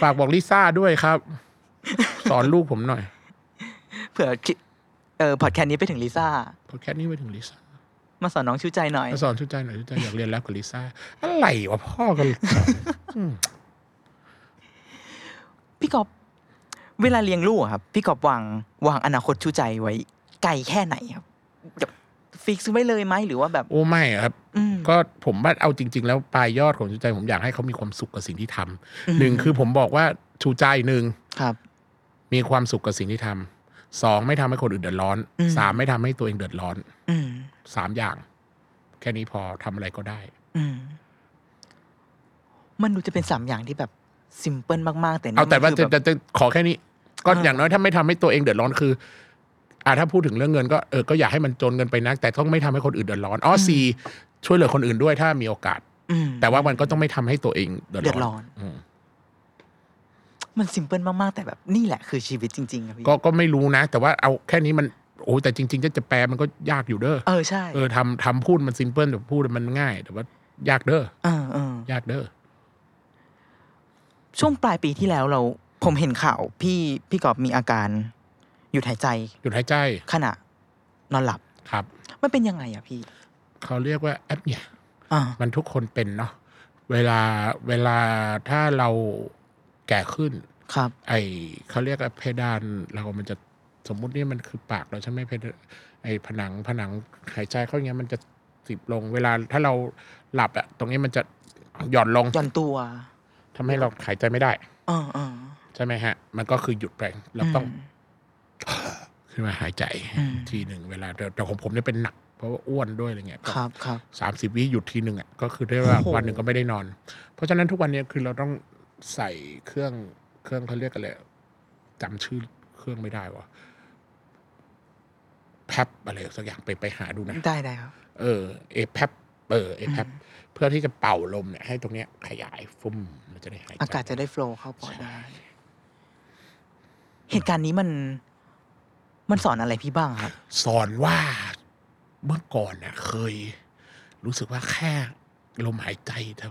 S1: ฝากบอกลิซ่าด้วยครับ สอนลูกผมหน่อย
S4: เผื่อคิดเออพอดแคสต์นี้ไปถึงลิซ่า
S1: พอแค่นี้ไปถึงลิซ่า
S4: มาสอนน้องชูใจหน่อย
S1: มาสอนชุดใจหน่อยชุดใจอยากเรียนแล้วกับลิซ่า อะไรวะพ่อกัน อืม
S4: พี่กอบเวลาเลี้ยงลูกอะครับ พี่กอบวางวางอนาคตชูใจไว้ ไกลแค่ไหนครับแบบฟิกซ์ไว้เลยไหมหรือว่าแบบ
S1: โอ้ไม่ครับ
S4: อืม
S1: ก็ผมว่าเอาจริง ๆ แล้วปลายยอดของชูใจผมอยากให้เขามีความสุขกับสิ่งที่ทำหนึ่งคือผมบอกว่าชูใจหนึ่ง
S4: ครับ
S1: มีความสุขกับสิ่งที่ทำสองไม่ทำให้คนอื่นเดือดร้อน
S4: อืม
S1: สามไม่ทำให้ตัวเองเดือดร้อน
S4: อืม
S1: สามอย่าง แค่นี้พอทำอะไรก็ได้
S4: อืม มันดูจะเป็นสามอย่างที่แบบซิมเพิลมากๆ แต่นี่
S1: เอาแต่ว่า
S4: มันคื
S1: จะ
S4: อบบ
S1: จะจะขอแค่นี้ ก็
S4: อ่า
S1: อย่างน้อยถ้าไม่ทำให้ตัวเองเดือดร้อนคือ อ่าถ้าพูดถึงเรื่องเงินก็เออก็อย่าให้มันจนเกินไปนัก แต่ต้องไม่ทำให้คนอื่นเดือดร้อนอ๋อสี่ช่วยเหลือคนอื่นด้วยถ้ามีโอกาส
S4: อืม
S1: แต่ว่ามันก็ต้องไม่ทำให้ตัวเองเดือด
S4: เดือดร้
S1: ร้
S4: อ
S1: อน นอืม
S4: มันซิมเพิลมาก ๆ แต่แบบนี่แหละคือชีวิตจริงๆครับพี่
S1: ก็ก็ไม่รู้นะ แต่ว่าเอาแค่นี้มันโอ้แต่จริงๆจะจะแปลมันก็ยากอยู่เด้อ
S4: เออ ใช่
S1: เออทำทำพูดมันซิมเพิลแต่พูดมันง่าย แต่ว่ายากเด้อ
S4: เออเออย
S1: ากเด้อ
S4: ช่วงปลายปีที่แล้วเรา ผมเห็นข่าว พี่พี่กอบมีอาการ หยุดหายใจ
S1: หยุดหายใจ
S4: ขณะ นอนหลับ
S1: ครับ
S4: มันเป็นยังไงอะพี่
S1: เขาเรียกว่าแอปเนี่ย
S4: อ่า
S1: มันทุกคนเป็นเนาะเวลาเวลาถ้าเราแก่ขึ้น
S4: ครับ
S1: ไอเขาเรียกว่าเพดานเรามันจะสมมุตินี่มันคือปากเราใช่ไหมเพดานไอผนังผนังหายใจเข้าอย่างเงี้ยมันจะสิบลง เวลาถ้าเราหลับอะตรงนี้มันจะหย่อนลง
S4: หย่อนตัว
S1: ทำให้เราหายใจไม่ได้
S4: อ่าอ่า
S1: ใช่ไหมฮะ มันก็คือหยุดไปเราต้อง
S4: ม
S1: ขึ้นมาหายใจ
S4: อืม
S1: ทีหนึ่งเวลาแต่แต่ของผมเนี่ยเป็นหนัก เพราะว่าอ้วนด้วยอะไรเงี้ยก็
S4: ครับครับ
S1: สามสิบวิหยุดทีหนึ่งอ่ะก็คือได้ว่า
S4: โอ้โห
S1: วันหนึ่งก็ไม่ได้นอน เพราะฉะนั้นทุกวันเนี้ยคือเราต้องใส่เครื่องเครื่องเขาเรียกกันเลยจำชื่อเครื่องไม่ได้วะแพปอะไรสักอย่างไปไปหาดูนะ
S4: ได้ได้ครับ
S1: เออเอแพปเออเอแพปเพื่อที่จะเป่าลมเนี่ยให้ตรงเนี้ยขยายฟุ้มมันจะได้หายใจ
S4: อากาศจะได้โฟล์เข้าปอดได้ เหตุการณ์นี้มัน มันสอนอะไรพี่บ้างครับ
S1: สอนว่าเมื่อก่อนน่ะ เคย รู้สึกว่าแค่ลมหายใจเท่า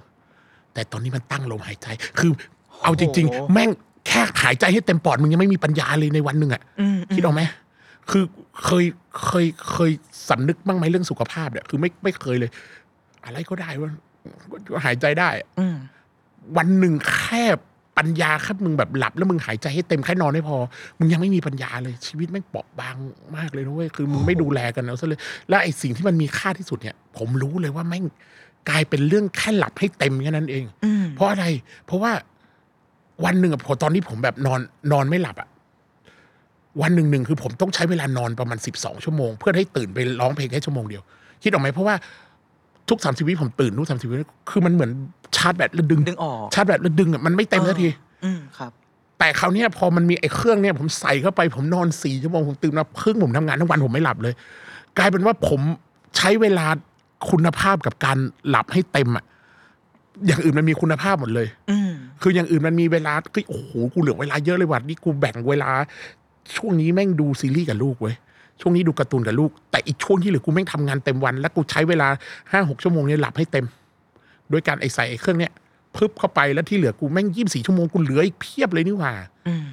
S1: แต่ตอนนี้มันตั้งลมหายใจ คือ เอาจริง
S4: โอ้โห
S1: ๆ แม่งแค่หายใจให้เต็มปอดมึงยังไม่มีปัญญาเลยในวันหนึ่งอะ
S4: อืมอืม
S1: คิดออกไหมคือเคยเคยเคยสำนึกบ้างไหมเรื่องสุขภาพเนี่ยคือไม่ไม่เคยเลย อะไรก็ได้ว่าหายใจได้
S4: อืม
S1: วันหนึ่งแค่ปัญญาแค่มึงแบบหลับแล้วมึงหายใจให้เต็มแค่นอนให้พอ มึงยังไม่มีปัญญาเลยชีวิตแม่งเปราะบางมากเลยนะเว้ยคือมึงไม่ดูแลกันเอาซะเลย และไอสิ่งที่มันมีค่าที่สุดเนี่ย ผมรู้เลยว่าแม่งกลายเป็นเรื่องแค่หลับให้เต็มแค่นั้นเอง
S4: อืม
S1: เพราะอะไร เพราะว่าวันหนึ่งอะพอตอนที่ผมแบบนอนนอนไม่หลับอะวันหนึ่งหนึ่งคือผมต้องใช้เวลานอนประมาณสิบสองชั่วโมง เพื่อให้ตื่นไปร้องเพลงแค่ชั่วโมงเดียว คิดออกไหมเพราะว่าทุกสามสิบวิผมตื่นทุกสามสิบวิคือมันเหมือนชาร์จแบตแล้วดึง
S4: ดึงออก
S1: ชาร์จแบตแล้วดึงอะมันไม่เต็มสักที
S4: อืมครับ
S1: แต่คราวเนี้ยพอมันมีไอ้เครื่องเนี่ยผมใส่เข้าไปผมนอนสี่ชั่วโมงผมตื่นมาครึ่งผมทำงานทั้งวันผมไม่หลับเลย กลายเป็นว่าผมใช้เวลาคุณภาพกับการหลับให้เต็มอะอย่างอื่นมันมีคุณภาพหมดเลย
S4: อืม
S1: คืออย่างอื่นมันมีเวลาก็โอ้โหกูเหลือเวลาเยอะเลยว่ะนี่กูแบ่งเวลา ช่วงนี้แม่งดูซีรีส์กับลูกเว้ยช่วงนี้ดูการ์ตูนกับลูก แต่อีกช่วงที่เหลือกูแม่งทำงานเต็มวัน แล้วกูใช้เวลาห้าหกชั่วโมงเนี่ยหลับให้เต็ม โดยการไอ้ใส่ไอ้เครื่องเนี้ยพึบเข้าไปแล้วที่เหลือกูแม่งยี่สี่ชั่วโมงกูเหลืออีกเพียบเลยนี่หว่า
S4: อืม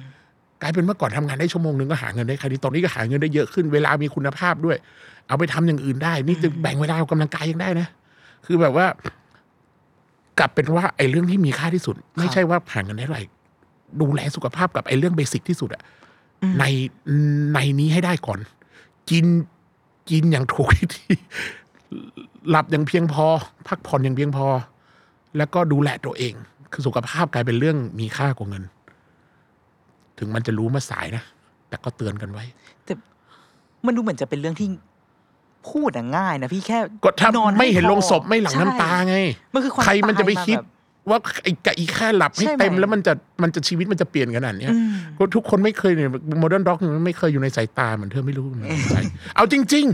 S1: กลายเป็นเมื่อก่อนทำงานได้ชั่วโมงหนึ่งก็หาเงินได้แค่นี้ตอนนี้ก็หาเงินได้เยอะขึ้นเวลามีคุณภาพด้วย เอาไปทำอย่างอื่นได้ นี่จะแบ่งเวลาออกกำลังกายยังได้นะ คือแบบว่า กลับเป็นว่าไอ้เรื่องที่มีค่าที่สุด ไม่ใช่ว่าหาเงินได้เท่าไหร่ดูแลสุขภาพกับไอ้เรื่องเบสิกที่สุดอะ
S4: อืม
S1: ในในนี้ให้ได้ก่อน กินกินอย่างถูกวิธี หลับอย่างเพียงพอ พักผ่อนอย่างเพียงพอ แล้วก็ดูแลตัวเอง คือสุขภาพกลายเป็นเรื่องมีค่ากว่าเงิน ถึงมันจะรู้มาสายนะ แต่ก็เตือนกันไว้
S4: แต่มันดูเหมือนจะเป็นเรื่องที่พูดอะง่ายนะพี่แค่
S1: ก็ถ้าน
S4: อน
S1: ไม่เห็น
S4: พอ
S1: ลงศพไม่หลั่งน้ำตา
S4: ใช่
S1: ไง
S4: มันคือความ
S1: ใครมันจะไป
S4: ตายา
S1: คิด
S4: แบบ
S1: ว่าไอ้กะอีแค่หลับให้
S4: ใช่ไหม
S1: เต็มแล้วมันจะมันจะชีวิตมันจะเปลี่ยนขนาดเนี้ย
S4: อืม
S1: ก็ทุกคนไม่เคยเนี่ยโมเดิร์นด็อกมันไม่เคยอยู่ในสายตาเหมือนเธอไม่รู้เหมือนกัน ใช่เอาจริง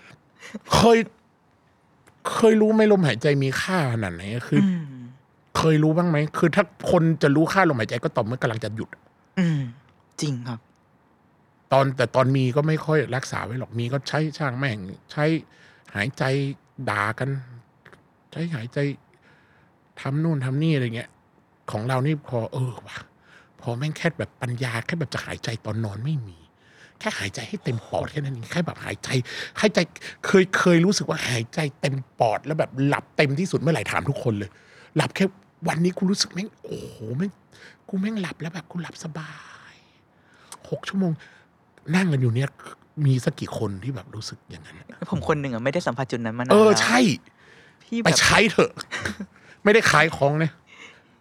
S1: ๆ เคย เคยรู้ไหมลมหายใจมีค่าขนาดไหนคืออ
S4: อืม
S1: เคยรู้บ้างไหมคือถ้าคนจะรู้ค่าลมหายใจก็ต่อเมื่อกำลังจะหยุด
S4: อืม จริงครับ
S1: ตอนแต่ตอนมีก็ไม่ค่อยรักษาไว้หรอกมีก็ใช้ช่างแม่ง ใช้หายใจด่ากัน ใช้หายใจทำนู่นทำนี่อะไรเงี้ย ของเรานี่พอเออว่ะพอแม่งแค่แบบปัญญาแค่แบบจะหายใจตอนนอนไม่มี แค่หายใจให้เต็มปอดแค่นั้นเองแค่แบบหายใจหายใจเคยเคยรู้สึกว่าหายใจเต็มปอดแล้วแบบหลับเต็มที่สุดเมื่อไหร่ถามทุกคนเลย หลับแค่วันนี้กูรู้สึกแม่งโอ้โหแม่งกูแม่งหลับแล้วแบบกูหลับสบาย หกชั่วโมง นั่งกันอยู่เนี่ยมีสักกี่คนที่แบบรู้สึกอย่างนั้นอะ
S4: ผมคนหนึ่งอะไม่ได้สัมผัสจุดนั้นมานาน
S1: เออ
S4: แล้ว
S1: ใช่
S4: พี่แบ
S1: ไป
S4: บ
S1: ใช้เถอะ ไม่ได้ขายของนะ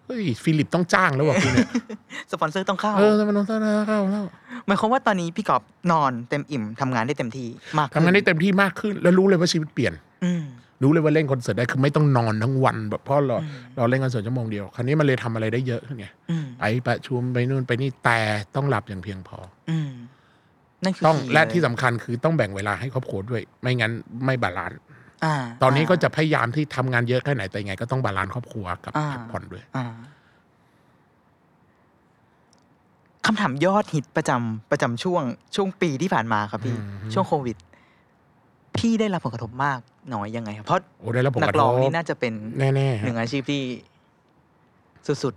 S1: เฮ้ยฟิลิปต้องจ้างแล้วว่ะคุณ เนี่ย
S4: สปอนเซอร์ต้องเข้า
S1: เออมันต้องจ้างแล้วแล้ว
S4: หมายความว่าตอนนี้พี่กอบนอนเต็มอิ่มทำงานได้เต็มที่มากขึ้
S1: ทำงานได้เต็มที่มากขึ้น แล้วรู้เลยว่าชีวิตเปลี่ยน
S4: อืม
S1: รู้เลยว่าเล่นคอนเสิร์ตได้คือไม่ต้องนอนทั้งวันแบบเพราะเราเราเล่นคอนเสิร์ตชั่วโมงเดียวคราวนี้มันเลยทำอะไรได้เยอะขึ้นไง
S4: อืม
S1: ไปประชุมไปนู่นไปนี่แต่ต้องหลับอย่างเพียงพอ
S4: อืม นั่นคือ
S1: ต้อง
S4: ย์
S1: และ
S4: เย
S1: ที่สำคัญคือต้องแบ่งเวลาให้ครอบครัวด้วย ไม่งั้นไม่บาลานซ์
S4: อ่า
S1: ตอนนี้ก็
S4: า
S1: จะพยายามที่ทำงานเยอะแค่ไหนแต่ยังไงก็ต้องบาลานซ์ครอบครัวกับ
S4: อ่า
S1: พักผ่อนด้วย
S4: อ่าคำถามยอดฮิตประจำประจำช่วง ช่วงปีที่ผ่านมาครับพี่
S1: อืม
S4: ช่วงโควิด พี่ได้รับผลกระทบมากน้อยยังไงครับ เพราะ
S1: โอ้ได้แล้วผม
S4: นั
S1: ก
S4: ก
S1: ระท
S4: ร้อบ งนี่น่าจะเป็น
S1: แน่ๆ
S4: หนึ่
S1: ฮะ
S4: งอาชีพที่สุด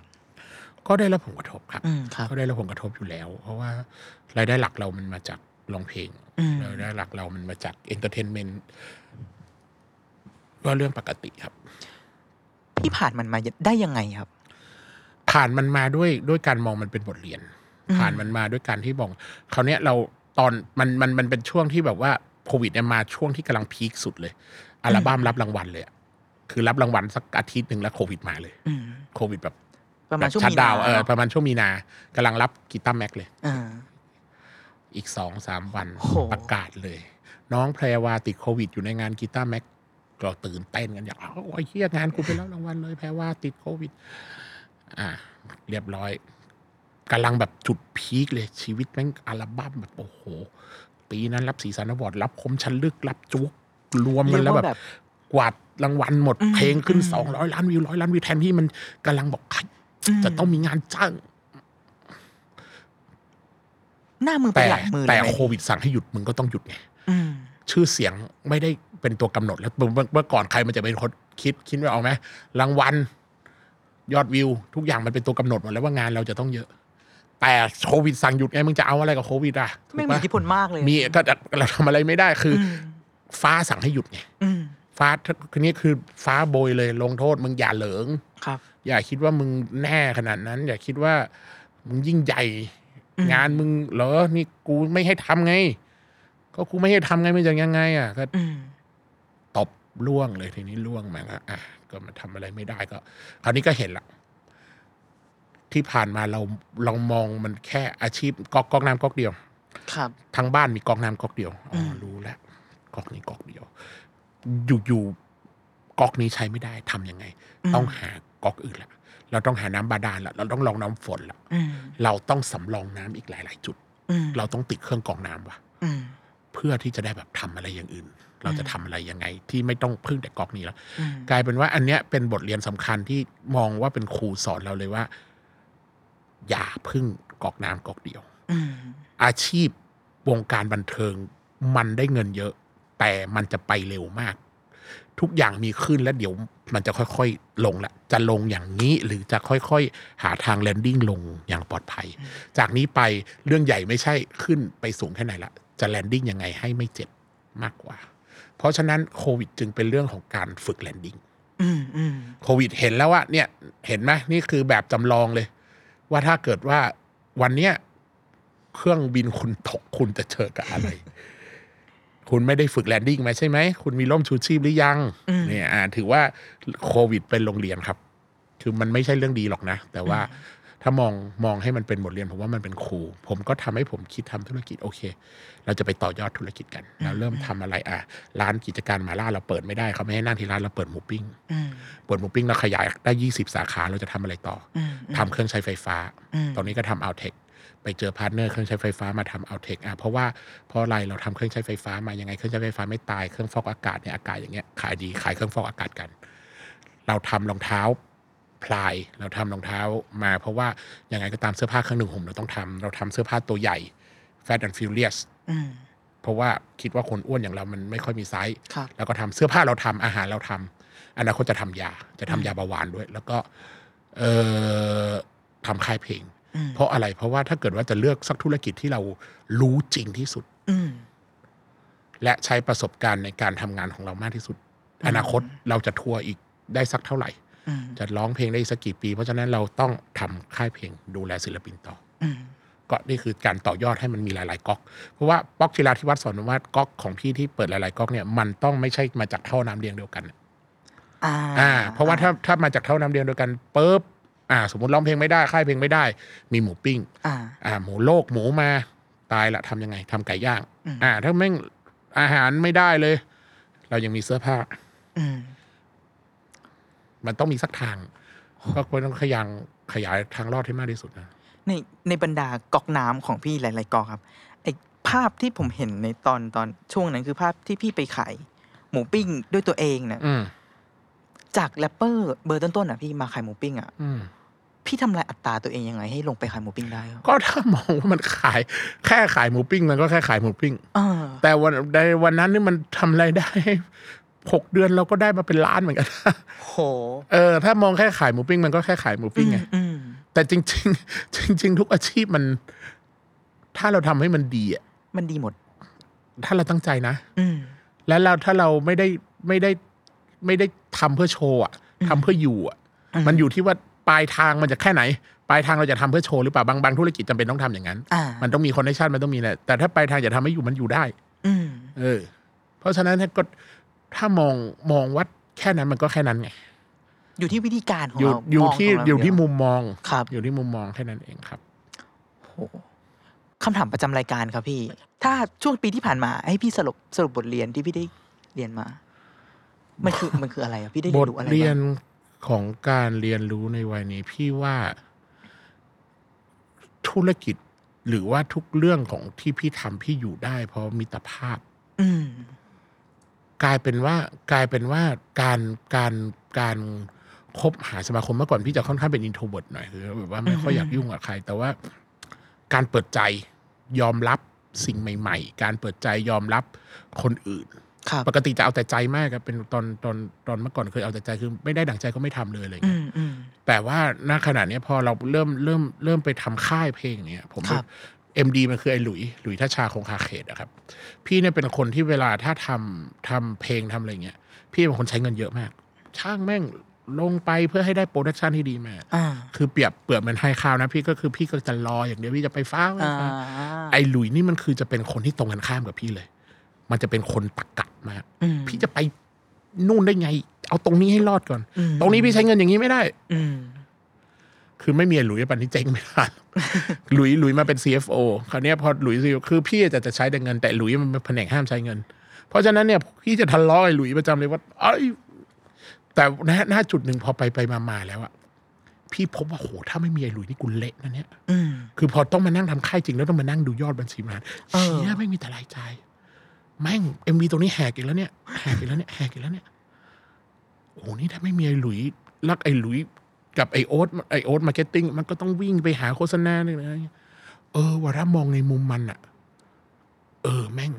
S1: ก็ได้รับผลกระทบครับ
S4: อืมครับ
S1: ก็ได้รับผลกระทบอยู่แล้ว เพราะว่ารายได้หลักเรามันมาจากร้องเพลง
S4: อืม
S1: รายได้หลักเรามันมาจากเอนเตอร์เทนเมนต์ก็เรื่องปกติครับ
S4: พี่ผ่านมันมาได้ยังไงครับ
S1: ผ่านมันมาด้วยด้วยการมองมันเป็นบทเรียน
S4: อืม
S1: ผ่านมันมาด้วยการที่บอกคราวเนี้ยเราตอนมันมันมันเป็นช่วงที่แบบว่าโควิดเนี่ยมาช่วงที่กำลังพีคสุดเลยอัลบั้มรับรางวัลเลยอะคือรับรางวัลสักอาทิตย์หนึ่งแล้วโควิดมาเลย
S4: อืม
S1: โควิดแบบ
S4: ประมาณ
S1: แบบ
S4: ช่วง
S1: ชัด
S4: มี
S1: ดา
S4: นา
S1: วน์เออประมาณช่วงมีนากำลังรับกีตาร์แม็กเลย อีกสองสามวัน
S4: โอ้โห
S1: ประกาศเลย น้องแพรวาติดโควิดอยู่ในงานกีตาร์แม็กเราตื่นเต้นกันอย่างอ้าวโอ้ยเฮียงานกูไปแล้วรางวัลเลย แพรวาติดโควิด อ่า เรียบร้อยกำลังแบบจุดพีคเลยชีวิตแม่งอัลบั้มแบบโอ้โห ปีนั้นรับสีสันอวอร์ดรับคมชันลึกรับจุกรวมกันแล้ว
S4: เรียก
S1: แบ
S4: ว่า
S1: บ
S4: แบบ
S1: กวาดรางวัลหมด
S4: อืม
S1: เพลงขึ้น
S4: อืม
S1: สองร้อยล้านวิวร้อยล้านวิวแทนที่มันกำลังบอกใครจะต้องมีงานจ้าง
S4: หน้ามือเป็น
S1: แต่
S4: หลังมือเล
S1: แต่
S4: ยไหม
S1: โควิดสั่งให้หยุดมึงก็ต้องหยุดไง
S4: อืม
S1: ชื่อเสียงไม่ได้เป็นตัวกำหนดแล้วเมื่อเมื่อก่อนใครมันจะเป็นคนคิดคิดไว้ออกไหมรางวัลยอดวิว ทุกอย่างมันเป็นตัวกำหนดหมดแล้วว่างานเราจะต้องเยอะ แต่โควิดสั่งหยุดไงมึงจะเอาอะไรกับโควิดอ่ะถูก
S4: ไม่งมี
S1: ปะ
S4: อิทธิพลมากเลย
S1: มีก็เราทำอะไรไม่ได้คือ
S4: อืม
S1: ฟ้าสั่งให้หยุดไง
S4: อืม
S1: ฟ้าคือนี้คือฟ้าโบยเลยลงโทษมึงอย่าเหลิง
S4: ครับ
S1: อย่าคิดว่ามึงแน่ขนาดนั้น อย่าคิดว่ามึงยิ่งใหญ่
S4: อืม
S1: งานมึงเหรอนี่กูไม่ให้ทำไง ก็กูไม่ให้ทำไงมันจะยังไง อ่ะก็
S4: อืม
S1: ตบล่วงเลยทีนี้ล่วงมาแล้วอ่ะก็มาทำอะไรไม่ได้ก็ คราวนี้ก็เห็นละที่ผ่านมาเราเรามองมันแค่อาชีพก๊อกก๊อกน้ำก๊อกเดียว
S4: ครับ
S1: ทางบ้านมีก๊อกน้ำก๊อกเดียวอ๋ออ
S4: ม
S1: รู้แล้วก๊อกนี้ก๊อกเดียว อยู่อยู่ก๊อกนี้ใช้ไม่ได้ทำยังไง ต้องหาก๊อกอื่นละเราต้องหาน้ำบาดาลละเราต้องลองน้ำฝนละ
S4: อืม
S1: เราต้องสำรองน้ำอีกหลาย ๆ จุด
S4: อืม
S1: เราต้องติดเครื่องกรองน้ำว่ะ
S4: อืม
S1: เพื่อที่จะได้แบบทำอะไรอย่างอื่น เราจะ
S4: อืม
S1: ทำอะไรยังไง ที่ไม่ต้องพึ่งแต่ก๊อกนี้แล้ว
S4: อืม
S1: กลายเป็นว่าอันเนี้ยเป็นบทเรียนสำคัญที่มองว่าเป็นครูสอนเราเลยว่า อย่าพึ่งกอกน้ำกอกเดียว
S4: อืม
S1: อาชีพวงการบันเทิง มันได้เงินเยอะ แต่มันจะไปเร็วมาก ทุกอย่างมีขึ้นและเดี๋ยวมันจะค่อยๆลงละจะลงอย่างนี้หรือจะค่อยๆ หาทางแลนดิ้งลงอย่างปลอดภัย จากนี้ไปเรื่องใหญ่ไม่ใช่ขึ้นไปสูงแค่ไหนละจะแลนดิ้งยังไงให้ไม่เจ็บมากกว่า เพราะฉะนั้นโควิดจึงเป็นเรื่องของการฝึกแลนดิ้ง
S4: อืมอืม
S1: โควิดเห็นแล้วว่าเนี่ยเห็นไหมนี่คือแบบจำลองเลย ว่าถ้าเกิดว่าวันเนี้ยเครื่องบินคุณตกคุณจะเจอกับอะไร คุณไม่ได้ฝึกแลนดิ้งมาใช่ไหม คุณมีร่มชูชีพหรือยัง เนี่ยอ่าถือว่าโควิดเป็นโรงเรียนครับ คือมันไม่ใช่เรื่องดีหรอกนะ แต่ว่าถ้ามองมองให้มันเป็นบทเรียน ผมว่ามันเป็นครู ผมก็ทำให้ผมคิดทำธุรกิจโอเค เราจะไปต่อยอดธุรกิจกันเราเริ่มทำอะไรอ่ะร้านกิจการหมาล่าเราเปิดไม่ได้เขาไม่ให้นั่งที่ร้านเราเปิดหมูปิ้ง
S4: อืม
S1: เปิดหมูปิ้งเราขยายได้ 20 สาขาเราจะทำอะไรต่ออ
S4: อืม
S1: ทำเครื่องใช้ไฟฟ้า
S4: อืม
S1: ตอนนี้ก็ทำเอาเทคไปเจอพาร์ทเนอร์เครื่องใช้ไฟฟ้ามาทำเอาเทคอ่ะเพราะว่าเพราะอะไรเราทำเครื่องใช้ไฟฟ้ามายังไงเครื่องใช้ไฟฟ้าไม่ตายเครื่องฟอกอากาศเนี่ยอากาศอย่างเงี้ยขายดีขายเครื่องฟอกอากาศกัน เราทำรองเท้าพลายเราทำรองเท้ามา เพราะว่ายังไงก็ตามเสื้อผ้าเครื่องหนึ่งห่มเราต้องทำเราทำเสื้อผ้าตัวใหญ่ Fat and Furious
S4: อืม
S1: เพราะว่าคิดว่าคนอ้วนอย่างเรามันไม่ค่อยมีไซส์
S4: ครับ
S1: แล้วก็ทำเสื้อผ้าเราทำอาหารเราทำอนาคตจะทำยาจะทำยาเบาหวานด้วย แล้วก็เอ่อทำค่ายเพลง
S4: อืม
S1: เพราะอะไรเพราะว่าถ้าเกิดว่าจะเลือกสักธุรกิจที่เรารู้จริงที่สุด
S4: อืม
S1: และใช้ประสบการณ์ในการทำงานของเรามากที่สุด
S4: อืม
S1: อนาคตเราจะทัวร์อีกได้สักเท่าไหร่
S4: อืม
S1: จะร้องเพลงได้อีกสักกี่ปี เพราะฉะนั้นเราต้องทำค่ายเพลงดูแลศิลปินต่อ
S4: อืม
S1: ก็นี่คือการต่อยอดให้มันมีหลาย ๆก๊อก เพราะว่าป๊อกจิราธิวัฒน์สอนว่าก๊อกของพี่ที่เปิดหลาย ๆก๊อกเนี่ยมันต้องไม่ใช่มาจากท่อน้ำเรียงเดียวกัน
S4: อ่า
S1: อ่าเพราะว่าถ้าถ้ามาจากเท่าน้ำเดียวเดียวกันปุ๊บอ่า สมมติร้องเพลงไม่ได้ค่ายเพลงไม่ได้ มีหมูปิ้ง
S4: อ่า
S1: อ่า หมูโลกหมูมาตายละทำยังไงทำไก่ย่าง
S4: อืม
S1: อ่า ถ้าแม่งอาหารไม่ได้เลย เรายังมีเสื้อผ้า
S4: อืม
S1: มันต้องมีสักทาง ก็ควรต้องขยังขยายทางรอดให้มากที่สุดนะ
S4: ในในบรรดาก๊อกน้ำของพี่หลาย ๆก๊อกครับไอภาพที่ผมเห็นในตอนตอนช่วงนั้นคือภาพที่พี่ไปขายหมูปิ้งด้วยตัวเองนะ
S1: อืม
S4: จากแรปเปอร์เบอร์ต้นๆอ่ะพี่มาขายหมูปิ้งอ่ะ
S1: อืม
S4: พี่ทำลายอัตราตัวเองยังไงให้ลงไปขายหมูปิ้งได้ครับ
S1: ก็ถ้ามองว่ามันขาย แค่ขายหมูปิ้ง มันก็แค่ขายหมูปิ้ง
S4: เออ
S1: แต่วันในวันนั้นนี่มันทำรายได้ หกเดือนเราก็ได้มาเป็นล้านเหมือนกัน
S4: โห
S1: เออถ้ามองแค่ขายหมูปิ้งมันก็แค่ขายหมูปิ้งไง
S4: อืม
S1: แต่จริง ๆ จริง ๆ ทุกอาชีพมัน ถ้าเราทำให้มันดีอะ
S4: มันดีหมด
S1: ถ้าเราตั้งใจนะ
S4: อืม
S1: แล้วเราถ้าเราไม่ได้ไม่ได้ไม่ได้ทำเพื่อโชว์อะทำเพื่ออยู่อะมันอยู่ที่ว่าปลายทางมันจะแค่ไหน ปลายทางเราจะทำเพื่อโชว์หรือเปล่าบางบางธุรกิจจำเป็นต้องทำอย่างนั้น
S4: อ่ามั
S1: มันต้องมีคอนเนคชันมันต้องมีแหละแต่ถ้าปลายทางจะทำให้อยู่มันอยู่ได้
S4: อืม
S1: เออ เพราะฉะนั้นถ้าก็ถ้ามองมองว่าแค่นั้นมันก็แค่นั้นไง
S4: อยู่ที่วิธีการของ
S1: อยู่
S4: เรา
S1: อยู่
S4: มง
S1: ที่
S4: ตรงนั้น
S1: อยู่ที่
S4: เดีว
S1: มุมมอง
S4: ครับ
S1: อยู่ที่มุมมองแค่นั้นเองครับ
S4: โอ้โหคำถามประจำรายการครับพี่ ถ้าช่วงปีที่ผ่านมาให้พี่สรุปสรุปบทเรียนที่พี่ได้เรียนมา มันคือ มันคืออะไรอะพี่ได้
S1: บ
S4: เรีย
S1: ท
S4: นรู้อะไร
S1: เรียน
S4: บ้าง
S1: ของการเรียนรู้ในวัยนี้พี่ว่าธุรกิจหรือว่าทุกเรื่องของที่พี่ทำพี่อยู่ได้ เพราะมิตรภาพ
S4: อืม
S1: กลายเป็นว่ากลายเป็นว่าการการการคบหาสมาคมเมื่อก่อนพี่จะค่อนข้างเป็นอินโทรเวิร์หน่อยคือแบบว่าไม่ค่อยอยากยุ่งกับใคร แต่ว่าการเปิดใจยอมรับสิ่งใหม่ ๆ การเปิดใจยอมรับคนอื่น
S4: ครับ
S1: ปกติจะเอาแต่ใจมากครับเป็นตอนตอนตอนเมื่อก่อนเคยเอาแต่ใจคือไม่ได้ดั่งใจก็ไม่ทำเลยอะไร
S4: อื
S1: เงี้ย
S4: มอืม
S1: แต่ว่าณขณะเนี้ยพอเราเริ่มเริ่มเริ่มไปทำค่ายเพลงเนี้ยผม
S4: ครับ
S1: เอ็มดีมันคือไอ้หลุยหลุยทัชชาคงคาเขตอะครับ พี่เนี่ยเป็นคนที่เวลาถ้าทำทำเพลงทำอะไรเงี้ย พี่เป็นคนใช้เงินเยอะมาก ช่างแม่งลงไปเพื่อให้ได้โปรดักชันที่ดีมา
S4: อ่า
S1: คือเปรียบเปรียบเหมันให้ข้าวนะ พี่ก็คือพี่ก็จะรออย่างเดียวพี่จะไปฟ้าไม่
S4: อ่า
S1: ฟ้า ไอ้หลุยนี่มันคือจะเป็นคนที่ตรงกันข้ามกับพี่เลย มันจะเป็นคนตักกะมาก
S4: อืม
S1: พี่จะไปนู่นได้ไง เอาตรงนี้ให้รอดก่อน ตรงนี้พี่ใช้เงินอย่างนี้ไม่ได้
S4: อืม
S1: คือไม่มีไอ้หลุยปันที่เจ๊งไม่ได้หรอก หลุยหลุยมาเป็น CFO คราวเนี้ยพอหลุย CFO คือพี่จะจะใช้แต่เงินแต่หลุยมันเป็นแผนกห้ามใช้เงิน เพราะฉะนั้นเนี่ยพี่จะทะเลาะไอ้หลุยประจำเลยว่าเอ้ยแต่ณณจุดหนึ่งพอไปไปมามาแล้วอะพี่พบว่าโหถ้าไม่มีไอ้หลุยนี่กูเละนะเนี่ย
S4: อืม
S1: คือพอต้องมานั่งทำค่ายจริงแล้วต้องมานั่งดูยอดบัญชีมัน
S4: เออ
S1: เชี่ยไม่งมีแต่รายจ่ายแม่งเอ็มวีตรงนี้แหกอีกแล้วเนี่ยแหกอีกแล้วเนี่ยแหกอีกแล้วเนี่ยโอ้โหนี่ถ้าไม่มีไอ้หลุยรักไอ้หลุยกับไอโอ๊ตไอโอ๊ตมาร์เก็ตติ้งมันก็ต้องวิ่งไปหาโฆษณาเนี่ยนะเออว่าถ้ามองในมุมมันอะเออแม่ง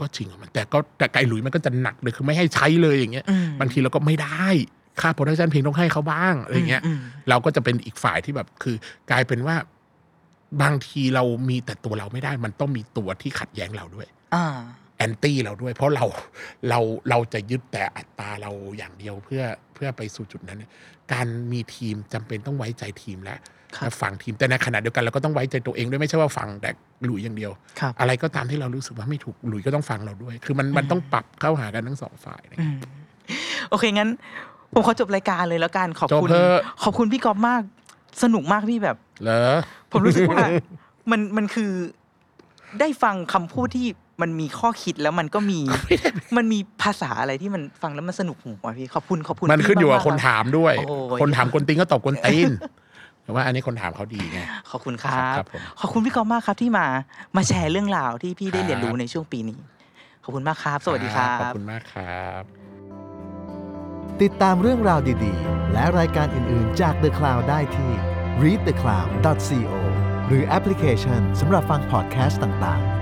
S1: ก็จริงของมันแต่ก็แต่ไอหลุยมันก็จะหนักเลยคือไม่ให้ใช้เลยอย่างเงี้ย
S4: อืม
S1: บางทีเราก็ไม่ได้ค่าโปรดักชันเพลงต้องให้เขาบ้างอะไรอย่างเงี้ย
S4: ม
S1: เราก็จะเป็นอีกฝ่ายที่แบบคือกลายเป็นว่า บางทีเรามีแต่ตัวเราไม่ได้ มันต้องมีตัวที่ขัดแย้งเราด้วย
S4: อ่า
S1: แอนตี้เราด้วย เพราะเราเราเราจะยึดแต่อัตราเราอย่างเดียวเพื่อเพื่อไปสู่จุดนั้น การมีทีมจำเป็นต้องไว้ใจทีมและ
S4: ครับ
S1: และฝังทีมแต่ในขณะเดียวกันเราก็ต้องไว้ใจตัวเองด้วยไม่ใช่ว่าฝังแต่หลุยอย่างเดียว
S4: ครับ
S1: อะไรก็ตามที่เรารู้สึกว่าไม่ถูกหลุยก็ต้องฟังเราด้วย คือมันมันต้องปรับเข้าหากันทั้งสองฝ่ายนะ
S4: โอเค งั้น ผมขอจบรายการเลยแล้วกันขอบคุณ
S1: จบเถอะ
S4: ขอบคุณพี่ก๊อฟมาก สนุกมากพี่แบบ
S1: เหรอ
S4: ผมรู้สึก ว่า มันมันคือได้ฟังคำพูดที่มันมีข้อคิดแล้วมันก็มี มันมีภาษาอะไรที่มันฟังแล้วมันสนุกหูว่ะพี่ขอบคุณขอบคุณ
S1: มันขึ้นอยู่กับ
S4: พี่
S1: คน
S4: มากๆ
S1: ถามด้วย
S4: โอ้ย
S1: คนถามคนตีนก็ตอบคนตีน แต่ว่าอันนี้คนถามเขาดีไง
S4: ขอบคุณครับ
S1: ครับผม
S4: ขอบคุณพี่กอฟมากครับที่มามาแชร์เรื่องราวที่พี่ได้
S1: ครับ
S4: เรียนรู้ในช่วงปีนี้ ขอบคุณมากครับ สวัสดีครั
S1: ขอบบ คุณมากครับ
S2: ติดตามเรื่องราวดีๆ และรายการอื่นๆจาก The Cloud ได้ที่ readthecloud.co หรือแอปพลิเคชันสำหรับฟังพอดแคสต์ต่างๆ